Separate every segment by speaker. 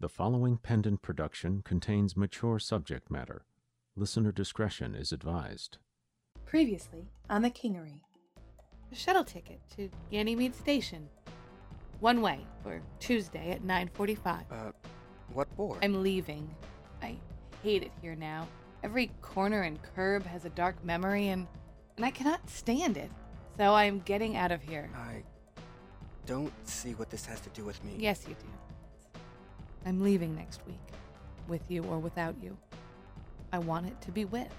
Speaker 1: The following pendant production contains mature subject matter. Listener discretion is advised.
Speaker 2: Previously on the Kingery.
Speaker 3: a shuttle ticket to Ganymede Station. One way for Tuesday at 9:45.
Speaker 4: Uh, what board?
Speaker 3: I'm leaving. I hate it here now. Every corner and curb has a dark memory and and I cannot stand it. So I am getting out of here.
Speaker 4: I don't see what this has to do with me.
Speaker 3: Yes, you do. I'm leaving next week, with you or without you. I want it to be with.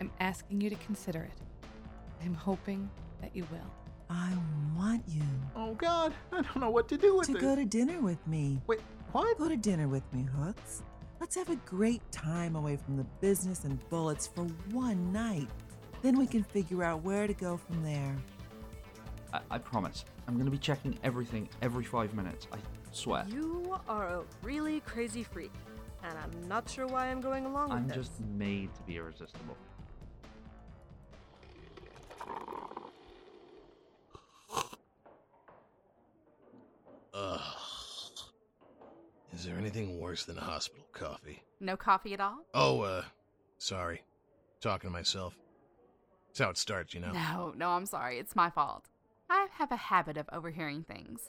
Speaker 3: I'm asking you to consider it. I'm hoping that you will.
Speaker 5: I want you
Speaker 6: Oh God, I don't know what to do with
Speaker 5: to
Speaker 6: this.
Speaker 5: go to dinner with me.
Speaker 6: Wait, what?
Speaker 5: Go to dinner with me, Hooks. Let's have a great time away from the business and bullets for one night. Then we can figure out where to go from there.
Speaker 7: I, I promise. I'm gonna be checking everything every five minutes. I swear.
Speaker 8: You are a really crazy freak, and I'm not sure why I'm going along with
Speaker 7: I'm
Speaker 8: this.
Speaker 7: just made to be irresistible.
Speaker 9: Ugh. Is there anything worse than hospital coffee?
Speaker 10: No coffee at all?
Speaker 9: Oh, uh, sorry. Talking to myself. That's how it starts, you know?
Speaker 10: No, no, I'm sorry. It's my fault. I have a habit of overhearing things.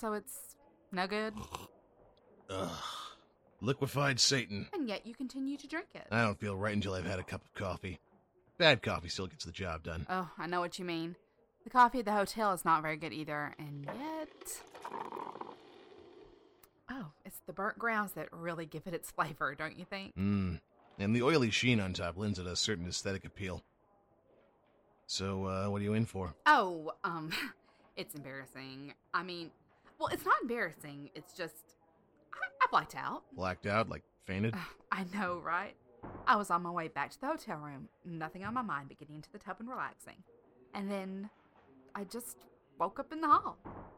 Speaker 10: So it's no good,
Speaker 9: Ugh. Liquefied Satan.
Speaker 10: and yet you continue to drink it.
Speaker 9: I don't feel right until I've had a cup of coffee. Bad coffee still gets the job done.
Speaker 10: Oh, I know what you mean. The coffee at the hotel is not very good either, and yet. Oh, it's the burnt grounds that really give it its flavor, don't you think?
Speaker 9: Mmm. And the oily sheen on top lends it a certain aesthetic appeal. So, uh, what are you in for?
Speaker 10: Oh, um, it's embarrassing. I mean, well, it's not embarrassing. It's just. I, I blacked out.
Speaker 9: Blacked out? Like, fainted?
Speaker 10: Ugh, I know, right? I was on my way back to the hotel room, nothing on my mind but getting into the tub and relaxing. And then I just woke up in the hall.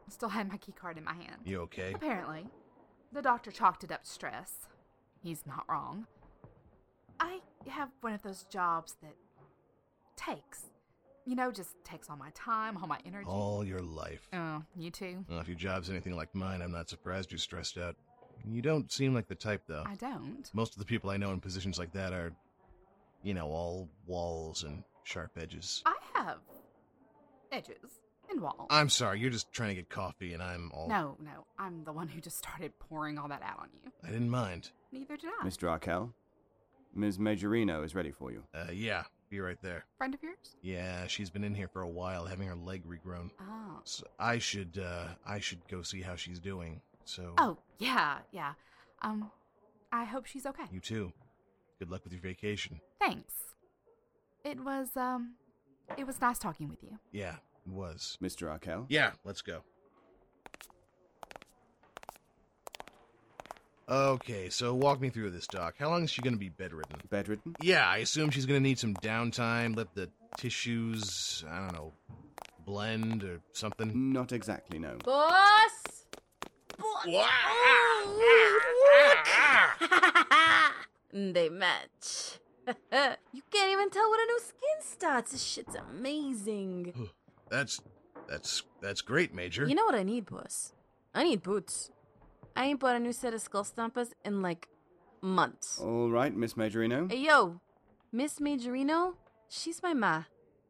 Speaker 10: Still had my key card in my hand.
Speaker 9: You okay?
Speaker 10: Apparently, the doctor chalked it up to stress. He's not wrong. I have one of those jobs that takes. You know, just takes all my time, all my energy.
Speaker 9: All your life.
Speaker 10: Oh, you too?
Speaker 9: Well, if your job's anything like mine, I'm not surprised you're stressed out. You don't seem like the type, though.
Speaker 10: I don't.
Speaker 9: Most of the people I know in positions like that are, you know, all walls and sharp edges.
Speaker 10: I have edges and walls.
Speaker 9: I'm sorry, you're just trying to get coffee, and I'm all.
Speaker 10: No, no. I'm the one who just started pouring all that out on you.
Speaker 9: I didn't mind.
Speaker 10: Neither did I.
Speaker 11: Miss Drakel, Ms. Majorino is ready for you.
Speaker 9: Uh, yeah, be right there.
Speaker 10: Friend of yours?
Speaker 9: Yeah, she's been in here for a while, having her leg regrown.
Speaker 10: Oh.
Speaker 9: So I should, uh, I should go see how she's doing. So.
Speaker 10: Oh, yeah, yeah. Um, I hope she's okay.
Speaker 9: You too. Good luck with your vacation.
Speaker 10: Thanks. It was, um, it was nice talking with you.
Speaker 9: Yeah, it was.
Speaker 11: Mr. Arkell?
Speaker 9: Yeah, let's go. Okay, so walk me through this, Doc. How long is she going to be bedridden?
Speaker 11: Bedridden?
Speaker 9: Yeah, I assume she's gonna need some downtime, let the tissues, I don't know, blend or something.
Speaker 11: Not exactly, no.
Speaker 8: Boss! they match. you can't even tell what a new skin starts. This shit's amazing.
Speaker 9: That's that's that's great, Major.
Speaker 8: You know what I need, boss? I need boots. I ain't bought a new set of skull stompers in like months.
Speaker 11: All right, Miss Majorino.
Speaker 8: Hey, yo, Miss Majorino, she's my ma,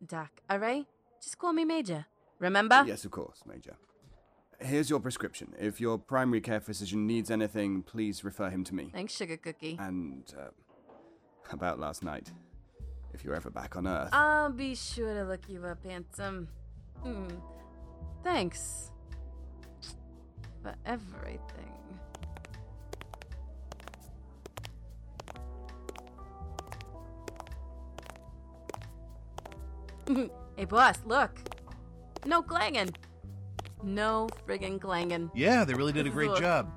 Speaker 8: Doc, alright? Just call me Major.
Speaker 3: Ah.
Speaker 8: Remember?
Speaker 11: Yes, of course, Major. Here's your prescription. If your primary care physician needs anything, please refer him to me.
Speaker 8: Thanks, Sugar Cookie.
Speaker 11: And uh, about last night, if you're ever back on Earth.
Speaker 8: I'll be sure to look you up, handsome. Hmm. Thanks. For everything. hey, boss, look. No clanging. No friggin' clanging.
Speaker 9: yeah, they really did a great
Speaker 8: Look.
Speaker 9: job.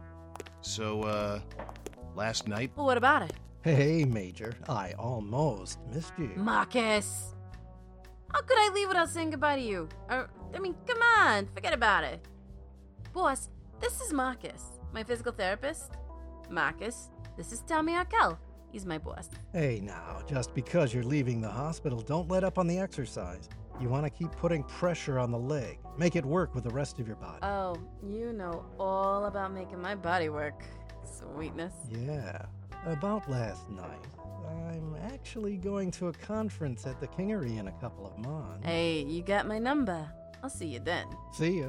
Speaker 9: So, uh, last night,
Speaker 8: Well, what about it?
Speaker 12: Hey, Major, I almost missed you.
Speaker 3: Mm.
Speaker 8: Marcus! How could I leave without saying goodbye to you? Or, I mean, come on, forget about it. Boss, this is Marcus, my physical therapist. Marcus, this is Tommy Arkell. He's my boss.
Speaker 12: Hey, now, just because you're leaving the hospital, don't let up on the exercise. You want to keep putting pressure on the leg. Make it work with the rest of your body.
Speaker 8: Oh, you know all about making my body work. Sweetness.
Speaker 12: Yeah. About last night, I'm actually going to a conference at the Kingery in a couple of months.
Speaker 8: Hey, you got my number. I'll see you then.
Speaker 12: See ya.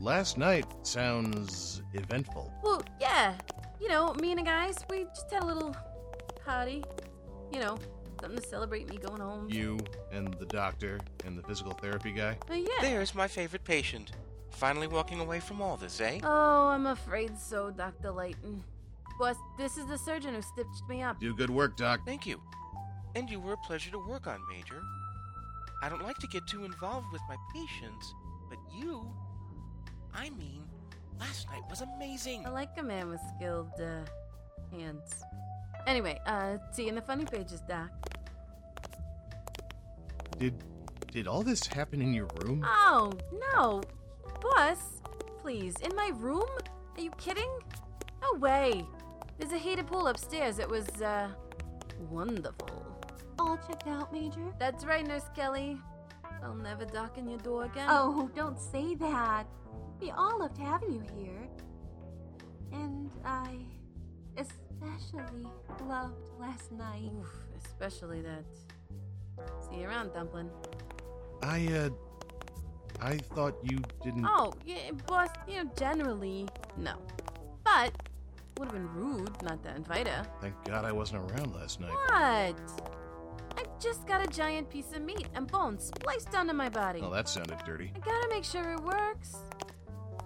Speaker 9: Last night sounds eventful.
Speaker 8: Well, yeah. You know, me and the guys, we just had a little party. You know, something to celebrate me going home.
Speaker 9: You and the doctor and the physical therapy guy.
Speaker 8: Oh, yeah.
Speaker 13: There's my favorite patient. Finally walking away from all this, eh?
Speaker 8: Oh, I'm afraid so, Dr. Layton. Boss, this is the surgeon who stitched me up.
Speaker 9: Do good work, Doc.
Speaker 13: Thank you. And you were a pleasure to work on, Major. I don't like to get too involved with my patients, but you. I mean, last night was amazing.
Speaker 8: I like a man with skilled uh, hands. Anyway, uh, see you in the funny pages, Doc.
Speaker 9: Did did all this happen in your room?
Speaker 8: Oh, no. Boss, please, in my room? Are you kidding? No way. There's a heated pool upstairs. It was, uh, wonderful.
Speaker 14: All checked out, Major?
Speaker 8: That's right, Nurse Kelly. I'll never knock on your door again.
Speaker 14: Oh, don't say that. We all loved having you here. And I especially loved last night.
Speaker 8: Oof, especially that. See you around, Dumpling.
Speaker 9: I uh I thought you didn't
Speaker 8: Oh, yeah, boss, you know, generally, no. But, would have been rude not to invite her.
Speaker 9: Thank God I wasn't around last night.
Speaker 8: What? I just got a giant piece of meat and bone spliced onto my body.
Speaker 9: Well, that sounded dirty.
Speaker 8: I gotta make sure it works.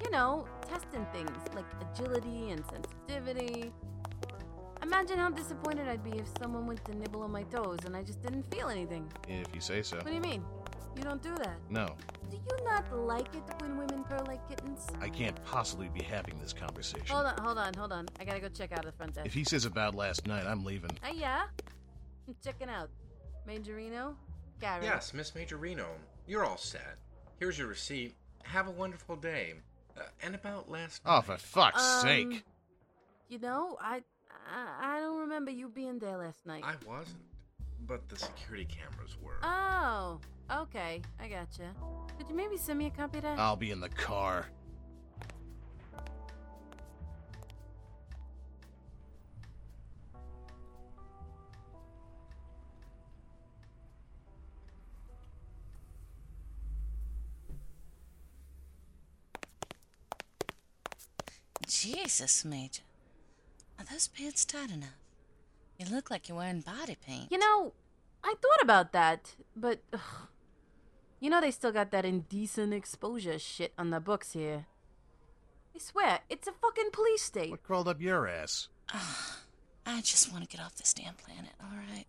Speaker 8: You know, testing things like agility and sensitivity. Imagine how disappointed I'd be if someone went to nibble on my toes and I just didn't feel anything.
Speaker 9: If you say so.
Speaker 8: What do you mean? You don't do that.
Speaker 9: No,
Speaker 8: Do you not like it when women purr like kittens?
Speaker 9: I can't possibly be having this conversation.
Speaker 8: Hold on, hold on, hold on. I gotta go check out the front desk.
Speaker 9: If he says about last night, I'm leaving.
Speaker 8: Hey, yeah? I'm checking out. Majorino? Gary.
Speaker 15: Yes, Miss Majorino, you're all set. Here's your receipt. Have a wonderful day. Uh, and about last
Speaker 9: Oh, for fuck's
Speaker 8: Um,
Speaker 9: sake.
Speaker 8: You know, I, I I don't remember you being there last night.
Speaker 15: I wasn't, but the security cameras were.
Speaker 8: Oh, okay. I gotcha. Could you maybe send me a copy of
Speaker 16: eh.
Speaker 8: that?
Speaker 9: I'll be in the car.
Speaker 16: Jesus, Major. Are those pants tight enough? You look like you're wearing body paint.
Speaker 8: You know, I thought about that, but. ugh. you know, they still got that indecent exposure shit on the books here. I swear, it's a fucking police state.
Speaker 9: What crawled up your ass?
Speaker 16: I just want to get off this damn planet, alright?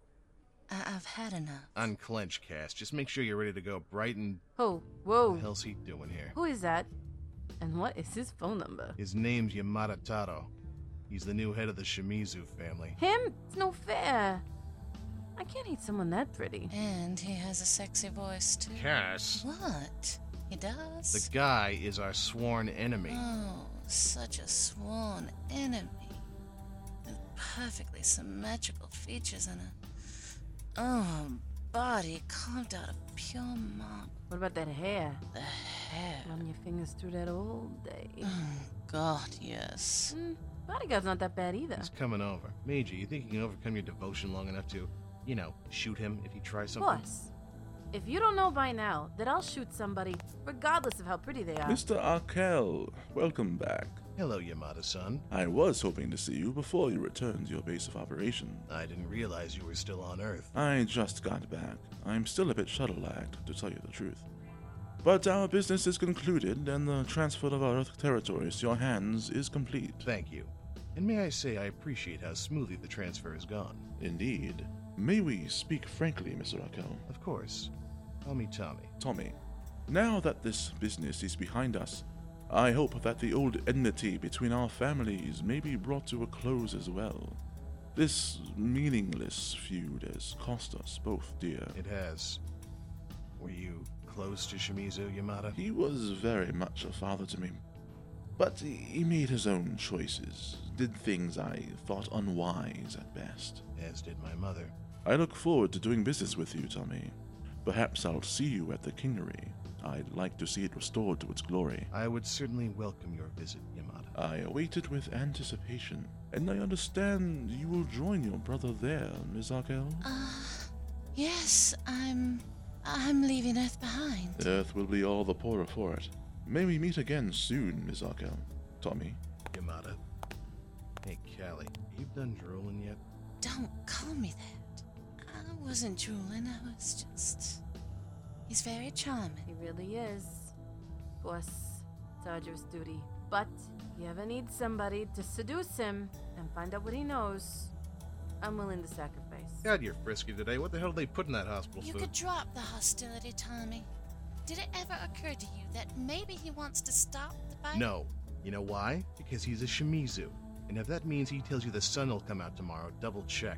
Speaker 16: I- I've had enough.
Speaker 9: Unclench, Cass. Just make sure you're ready to go bright and.
Speaker 8: Oh, whoa.
Speaker 9: What the hell's he doing here?
Speaker 8: Who is that? And what is his phone number?
Speaker 9: His name's Yamada Taro. He's the new head of the Shimizu family.
Speaker 8: Him? It's no fair. I can't hate someone that pretty.
Speaker 16: And he has a sexy voice, too.
Speaker 9: Cass.
Speaker 16: What? He does?
Speaker 9: The guy is our sworn enemy.
Speaker 16: Oh, such a sworn enemy. With perfectly symmetrical features and a. Oh, body carved out of pure marble.
Speaker 8: What about that hair?
Speaker 16: The hair. Oh,
Speaker 8: Run your fingers through that all day. Mm,
Speaker 16: God, yes.
Speaker 8: Bodyguard's not that bad either.
Speaker 9: He's coming over. Meiji, you think you can overcome your devotion long enough to, you know, shoot him if he tries
Speaker 8: Of
Speaker 9: something?
Speaker 8: course. If you don't know by now that I'll shoot somebody regardless of how pretty they are.
Speaker 17: Mr. Arkell, welcome back.
Speaker 9: Hello, Yamada san.
Speaker 17: I was hoping to see you before you returned to your base of operations.
Speaker 9: I didn't realize you were still on Earth.
Speaker 17: I just got back. I'm still a bit shuttle lagged, to tell you the truth. But our business is concluded, and the transfer of our Earth territories to your hands is complete.
Speaker 9: Thank you. And may I say, I appreciate how smoothly the transfer has gone.
Speaker 17: Indeed. May we speak frankly, Mr. Arkell?
Speaker 9: Of course. Call me Tommy.
Speaker 17: Tommy, now that this business is behind us, I hope that the old enmity between our families may be brought to a close as well. This meaningless feud has cost us both dear.
Speaker 9: It has. Were you close to Shimizu, Yamada?
Speaker 17: He was very much a father to me, but he made his own choices, did things I thought unwise at best.
Speaker 9: As did my mother.
Speaker 17: I look forward to doing business with you, Tommy. Perhaps I'll see you at the Kingery. I'd like to see it restored to its glory.
Speaker 9: I would certainly welcome your visit, Yamada.
Speaker 17: I await it with anticipation, and I understand you will join your brother there, Ms. Arkell.
Speaker 16: Yes, I'm. I'm leaving Earth behind.
Speaker 17: Earth will be all the poorer for it. May we meet again soon, Ms. Arkell. Tommy.
Speaker 9: Yamada. Hey, Callie, you done drooling yet?
Speaker 16: Don't call me that. I wasn't drooling, I was just. He's very charming.
Speaker 8: He really is. Boss, it's arduous duty. But if you ever need somebody to seduce him and find out what he knows, I'm willing to sacrifice.
Speaker 9: God, you're frisky today. What the hell did they put in that hospital
Speaker 16: You
Speaker 9: food?
Speaker 16: could drop the hostility, Tommy. Did it ever occur to you that maybe he wants to stop the fight?
Speaker 9: No. You know why? Because he's a Shimizu. And if that means he tells you the sun will come out tomorrow, double check.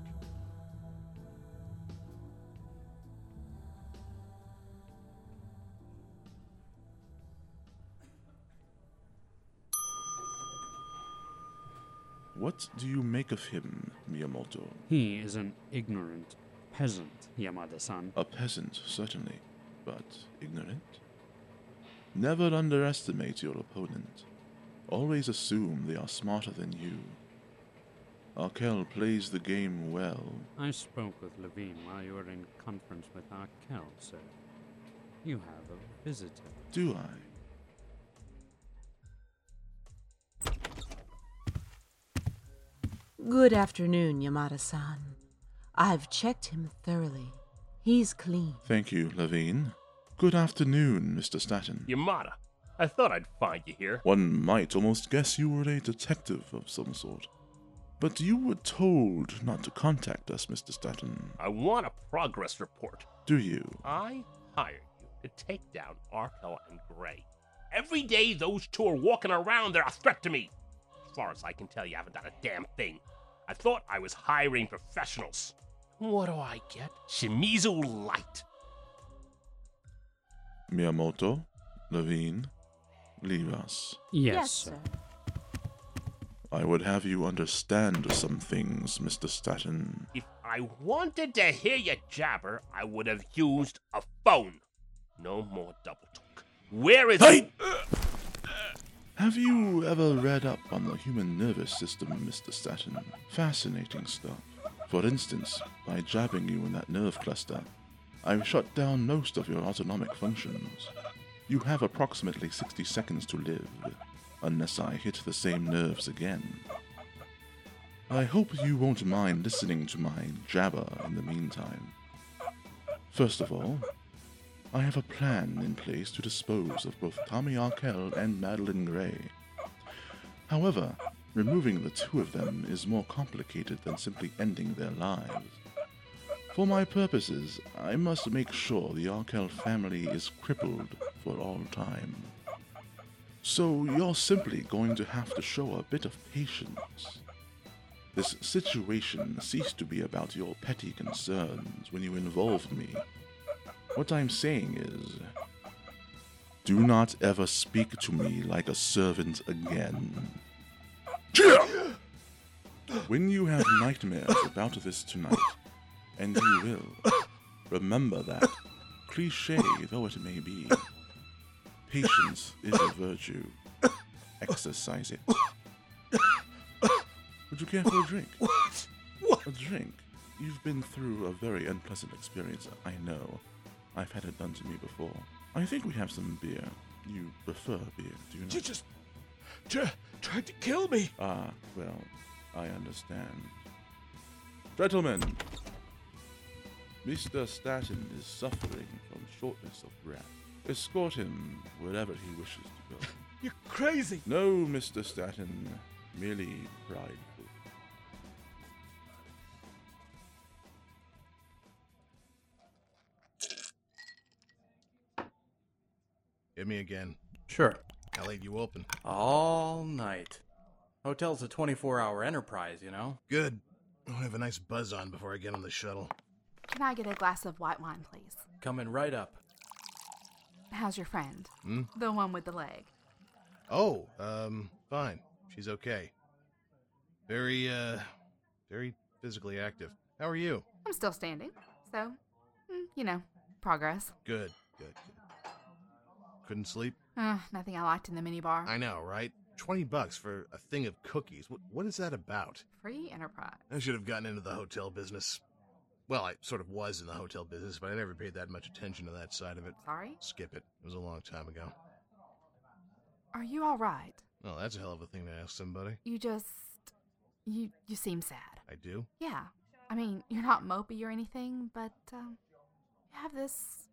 Speaker 17: What do you make of him, Miyamoto?
Speaker 18: He is an ignorant peasant, Yamada san.
Speaker 17: A peasant, certainly, but ignorant. Never underestimate your opponent. Always assume they are smarter than you. Arkell plays the game well.
Speaker 18: I spoke with Levine while you were in conference with Arkell, sir. You have a visitor.
Speaker 17: Do I?
Speaker 19: Good afternoon, Yamada san. I've checked him thoroughly. He's clean.
Speaker 17: Thank you, Levine. Good afternoon, Mr. Staton.
Speaker 20: Yamada, I thought I'd find you here.
Speaker 17: One might almost guess you were a detective of some sort. But you were told not to contact us, Mr. Staton.
Speaker 20: I want a progress report.
Speaker 17: Do you?
Speaker 20: I hired you to take down Arkell and Gray. Every day those two are walking around, they're a threat to me. As far as I can tell, you haven't done a damn thing. I thought I was hiring professionals. What do I get? Shimizu Light.
Speaker 17: Miyamoto, Levine, leave us.
Speaker 18: Yes, sir.
Speaker 17: I would have you understand some things, Mr. Staton.
Speaker 20: If I wanted to hear you jabber, I would have used a phone. No more double talk. Where is
Speaker 17: Hey! Have you ever read up on the human nervous system, Mr. Staton? Fascinating stuff. For instance, by jabbing you in that nerve cluster, I've shut down most of your autonomic functions. You have approximately 60 seconds to live, unless I hit the same nerves again. I hope you won't mind listening to my jabber in the meantime. First of all, I have a plan in place to dispose of both Tommy Arkell and Madeline Gray. However, removing the two of them is more complicated than simply ending their lives. For my purposes, I must make sure the Arkell family is crippled for all time. So you're simply going to have to show a bit of patience. This situation ceased to be about your petty concerns when you involved me. What I'm saying is, do not ever speak to me like a servant again. When you have nightmares about this tonight, and you will, remember that, cliche though it may be, patience is a virtue. Exercise it. Would you care for a drink? What? What? A drink? You've been through a very unpleasant experience, I know. I've had it done to me before. I think we have some beer. You prefer beer, do you not?
Speaker 21: You just tr- tried to kill me.
Speaker 17: Ah, well, I understand. Gentlemen, Mr. Staton is suffering from shortness of breath. Escort him wherever he wishes to go.
Speaker 21: You're crazy.
Speaker 17: No, Mr. Staton, merely prideful.
Speaker 9: Hit me again.
Speaker 22: Sure.
Speaker 9: I leave you open.
Speaker 22: All night. Hotel's a 24 hour enterprise, you know?
Speaker 9: Good. I'll have a nice buzz on before I get on the shuttle.
Speaker 10: Can I get a glass of white wine, please?
Speaker 22: Coming right up.
Speaker 10: How's your friend?
Speaker 9: Hmm?
Speaker 10: The one with the leg.
Speaker 9: Oh, um, fine. She's okay. Very, uh, very physically active. How are you?
Speaker 10: I'm still standing, so, mm, you know, Progress.
Speaker 9: Good, good, good. Couldn't sleep?
Speaker 10: Uh, nothing I liked in the minibar.
Speaker 9: I know, right? 20 bucks for a thing of cookies. What, what is that about?
Speaker 10: Free enterprise.
Speaker 9: I should have gotten into the hotel business. Well, I sort of was in the hotel business, but I never paid that much attention to that side of it.
Speaker 10: Sorry?
Speaker 9: Skip it. It was a long time ago.
Speaker 10: Are you all right?
Speaker 9: Oh, that's a hell of a thing to ask somebody.
Speaker 10: You just you you seem sad.
Speaker 9: I do?
Speaker 10: Yeah. I mean, you're not mopey or anything, but um, you have this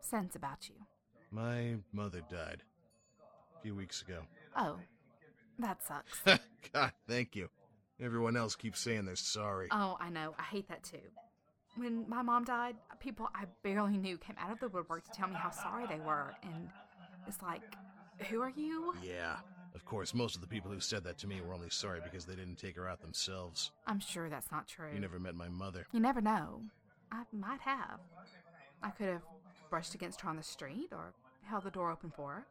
Speaker 10: sense about you.
Speaker 9: My mother died a few weeks ago.
Speaker 10: Oh, that sucks.
Speaker 9: God, thank you. Everyone else keeps saying they're sorry.
Speaker 10: Oh, I know. I hate that too. When my mom died, people I barely knew came out of the woodwork to tell me how sorry they were, and it's like, who are you?
Speaker 9: Yeah. Of course, most of the people who said that to me were only sorry because they didn't take her out themselves.
Speaker 10: I'm sure that's not true.
Speaker 9: You never met my mother.
Speaker 10: You never know. I might have. I could have brushed against her on the street, or held the door open for her,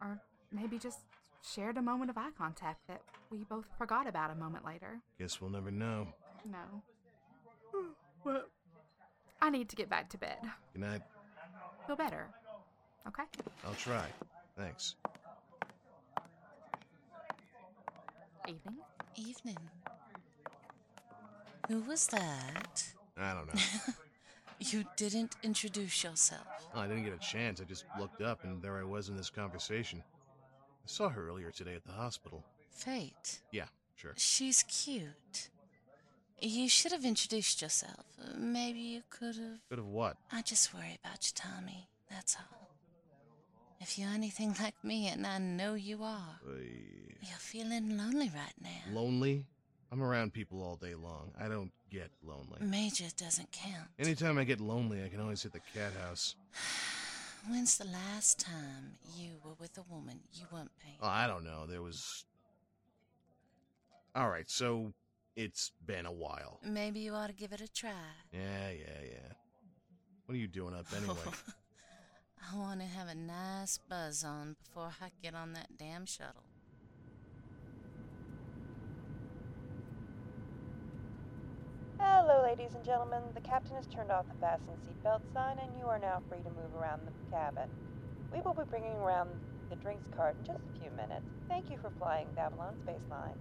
Speaker 10: or maybe just shared a moment of eye contact that we both forgot about a moment later.
Speaker 9: Guess we'll never know.
Speaker 10: No. What? I need to get back to bed.
Speaker 9: Good night.
Speaker 10: Feel better. Okay?
Speaker 9: I'll try. Thanks.
Speaker 10: Evening.
Speaker 16: Evening. Who was that?
Speaker 9: I don't know.
Speaker 16: You didn't introduce yourself.
Speaker 9: I didn't get a chance. I just looked up and there I was in this conversation. I saw her earlier today at the hospital.
Speaker 16: Fate.
Speaker 9: Yeah, sure.
Speaker 16: She's cute. You should have introduced yourself. Maybe you could have.
Speaker 9: Bit of what?
Speaker 16: I just worry about you, Tommy. That's all. If you're anything like me, and I know you are,
Speaker 9: Oy.
Speaker 16: you're feeling lonely right now.
Speaker 9: Lonely? I'm around people all day long. I don't get lonely.
Speaker 16: Major doesn't count.
Speaker 9: Anytime I get lonely, I can always hit the cat house.
Speaker 16: When's the last time you were with a woman you weren't paying?
Speaker 9: Oh, I don't know. There was. All right, so it's been a while.
Speaker 16: Maybe you ought to give it a try.
Speaker 9: Yeah, yeah, yeah. What are you doing up anyway?
Speaker 16: I want to have a nice buzz on before I get on that damn shuttle.
Speaker 1: Hello, ladies and gentlemen. The captain has turned off the fasten seatbelt sign, and you are now free to move around the cabin. We will be bringing around the drinks cart in just a few minutes. Thank you for flying the Avalon Space Lines.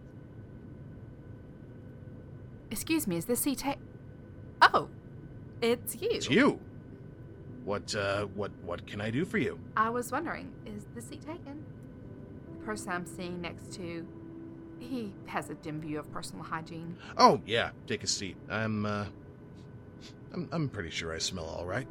Speaker 10: Excuse me, is this seat ta- Oh, it's you.
Speaker 9: it's you. What? uh What? What can I do for you?
Speaker 10: I was wondering, is the seat taken? The person I'm sitting next to, he has a dim view of personal hygiene.
Speaker 9: Oh yeah, take a seat. I'm. uh I'm. I'm pretty sure I smell all right.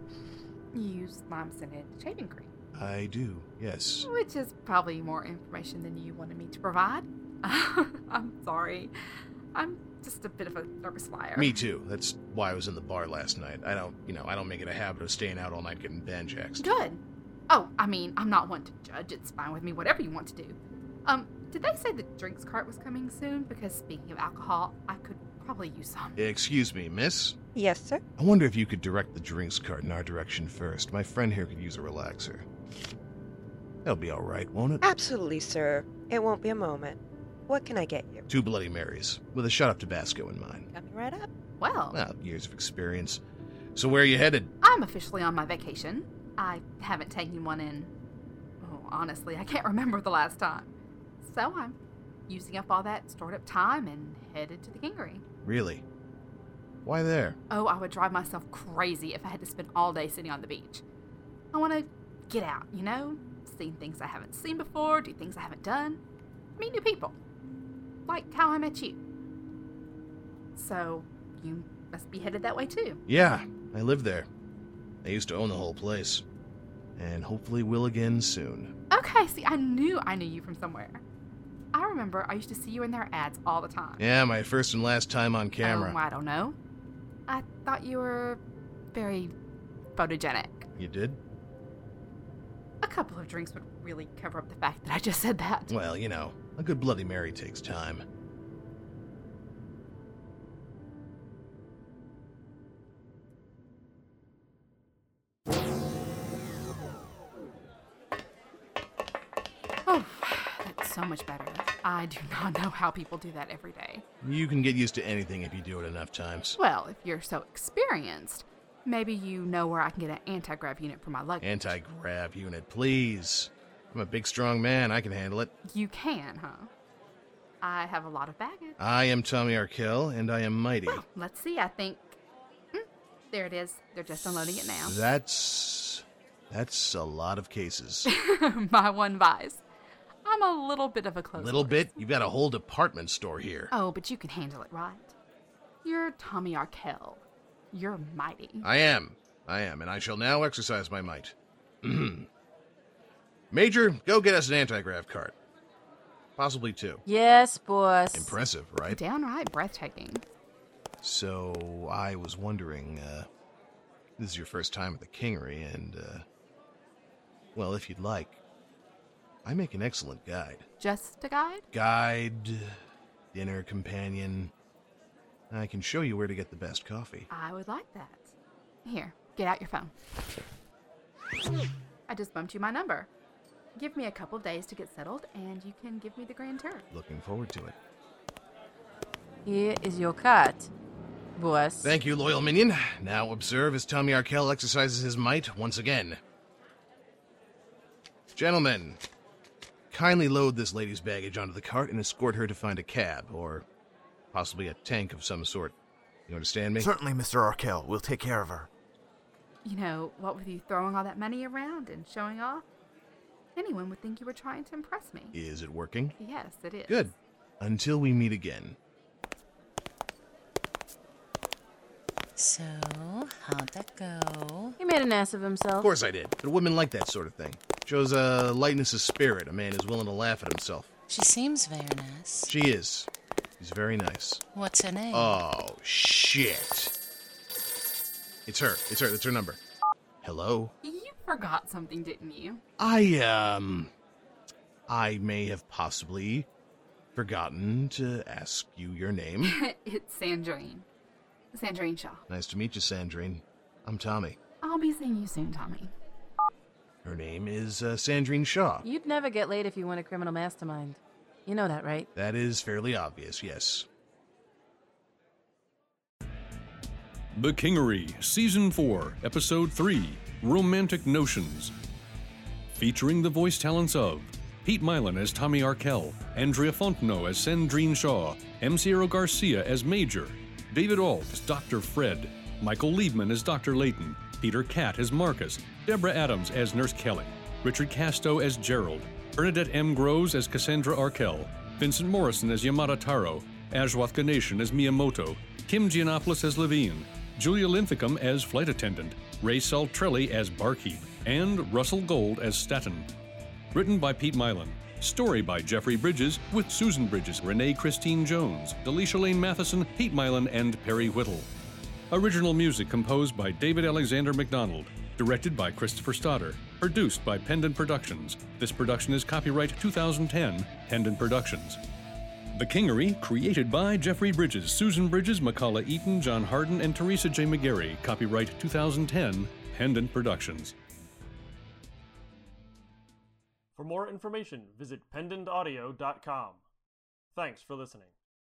Speaker 10: You use lime scented shaving cream,
Speaker 9: I do. Yes.
Speaker 10: which is probably more information than you wanted me to provide. I'm sorry. I'm just a bit of a nervous liar.
Speaker 9: Me too. That's why I was in the bar last night. I don't, you know, I don't make it a habit of staying out all night getting banjaxed.
Speaker 10: Good. Oh, I mean, I'm not one to judge. It's fine with me, whatever you want to do. Um, did they say the drinks cart was coming soon? Because speaking of alcohol, I could probably use some.
Speaker 9: Excuse me, miss?
Speaker 1: Yes, sir.
Speaker 9: I wonder if you could direct the drinks cart in our direction first. My friend here could use a relaxer. That'll be all right, won't it?
Speaker 1: Absolutely, sir. It won't be a moment. What can I get you?
Speaker 9: Two Bloody Marys, with a shot of Tabasco in mind.
Speaker 1: Coming right up.
Speaker 10: Well,
Speaker 9: Well, years of experience. So where are you headed?
Speaker 10: I'm officially on my vacation. I haven't taken one in. Oh, honestly, I can't remember the last time. So I'm using up all that stored up time and headed to the Kingery.
Speaker 9: Really? Why there?
Speaker 10: Oh, I would drive myself crazy if I had to spend all day sitting on the beach. I want to get out, you know? See things I haven't seen before, do things I haven't done, meet new people. Like how I met you. So, you must be headed that way too.
Speaker 9: Yeah, I live there. I used to own the whole place. And hopefully will again soon.
Speaker 10: Okay, see, I knew I knew you from somewhere. I remember I used to see you in their ads all the time.
Speaker 9: Yeah, my first and last time on camera.
Speaker 10: Um, I don't know. I thought you were very photogenic.
Speaker 9: You did?
Speaker 10: A couple of drinks would really cover up the fact that I just said that.
Speaker 9: Well, you know, a good Bloody Mary takes time.
Speaker 10: Oh, that's so much better. I do not know how people do that every day.
Speaker 9: You can get used to anything if you do it enough times.
Speaker 10: Well, if you're so experienced, Maybe you know where I can get an anti grav unit for my luggage.
Speaker 9: Anti grab unit, please. I'm a big, strong man. I can handle it.
Speaker 10: You can, huh? I have a lot of baggage.
Speaker 9: I am Tommy Arkell, and I am mighty.
Speaker 10: Let's see, I think. Mm, there it is. They're just unloading it now.
Speaker 9: That's. That's a lot of cases.
Speaker 10: my one vise. I'm a little bit of a close.
Speaker 9: Little bit? You've got a whole department store here.
Speaker 10: Oh, but you can handle it, right? You're Tommy Arkell. You're mighty.
Speaker 9: I am. I am, and I shall now exercise my might. Major, go get us an anti-grav cart. Possibly two.
Speaker 8: Yes, boss.
Speaker 9: Impressive, right?
Speaker 10: Downright breathtaking.
Speaker 9: So I was wondering, uh, this is your first time at the Kingery, and, uh, well, if you'd like, I make an excellent guide.
Speaker 10: Just a guide?
Speaker 9: Guide, dinner companion. I can show you where to get the best coffee.
Speaker 10: I would like that. Here, get out your phone. I just bumped you my number. Give me a couple days to get settled, and you can give me the grand tour.
Speaker 9: Looking forward to it.
Speaker 8: Here is your card, boss.
Speaker 9: Thank you, loyal minion. Now observe as Tommy Arkell exercises his might once again. Gentlemen, kindly load this lady's baggage onto the cart and escort her to find a cab, or possibly a tank of some sort. You understand me?
Speaker 2: Certainly, Mr. Arkell. We'll take care of her.
Speaker 10: You know, what with you throwing all that money around and showing off, anyone would think you were trying to impress me.
Speaker 9: Is it working?
Speaker 10: Yes, it is.
Speaker 9: Good. Until we meet again.
Speaker 16: So, how'd that go?
Speaker 8: He made an ass of himself.
Speaker 9: Of course I did. The women like that sort of thing. Shows a lightness of spirit. A man is willing to laugh at himself.
Speaker 16: She seems very nice.
Speaker 9: She is. She's very nice.
Speaker 16: What's her name?
Speaker 9: Oh, shit. It's her. It's her. That's her number. Hello?
Speaker 10: You forgot something, didn't you?
Speaker 9: I, um. I may have possibly forgotten to ask you your name.
Speaker 10: it's Sandrine. Sandrine Shaw.
Speaker 9: nice to meet you, Sandrine. I'm Tommy.
Speaker 10: I'll be seeing you soon, Tommy.
Speaker 9: Her name is uh, Sandrine Shaw.
Speaker 8: You'd never get laid if you weren't a criminal mastermind. You know that, right?
Speaker 9: That is fairly obvious, yes.
Speaker 4: The Kingery, Season 4, Episode 3 Romantic Notions. Featuring the voice talents of Pete Milan as Tommy Arkell, Andrea Fontenot as Sandrine Shaw, MCero Garcia as Major, David Alt as Dr. Fred, Michael Liebman as Dr. Layton, Peter Catt as Marcus, Deborah Adams as Nurse Kelly, Richard Casto as Gerald, Bernadette M. Groves as Cassandra Arkell, Vincent Morrison as Yamada Taro, Ashwath Ganeshan as Miyamoto, Kim Giannopoulos as Levine, Julia Linthicum as Flight Attendant, Ray Saltrelli as Barkeep, and Russell Gold as Staten. Written by Pete Milan. Story by Jeffrey Bridges with Susan Bridges, Renee Christine Jones, Delisha Lane Matheson, Pete Milan, and Perry Whittle. Original music composed by David Alexander McDonald. Directed by Christopher Stoddard. Produced by Pendant Productions. This production is copyright 2010, Pendant Productions. The Kingery, created by Jeffrey Bridges, Susan Bridges, McCullough Eaton, John Harden, and Teresa J. McGarry. Copyright 2010, Pendant Productions.
Speaker 23: For more information, visit pendantaudio.com. Thanks for listening.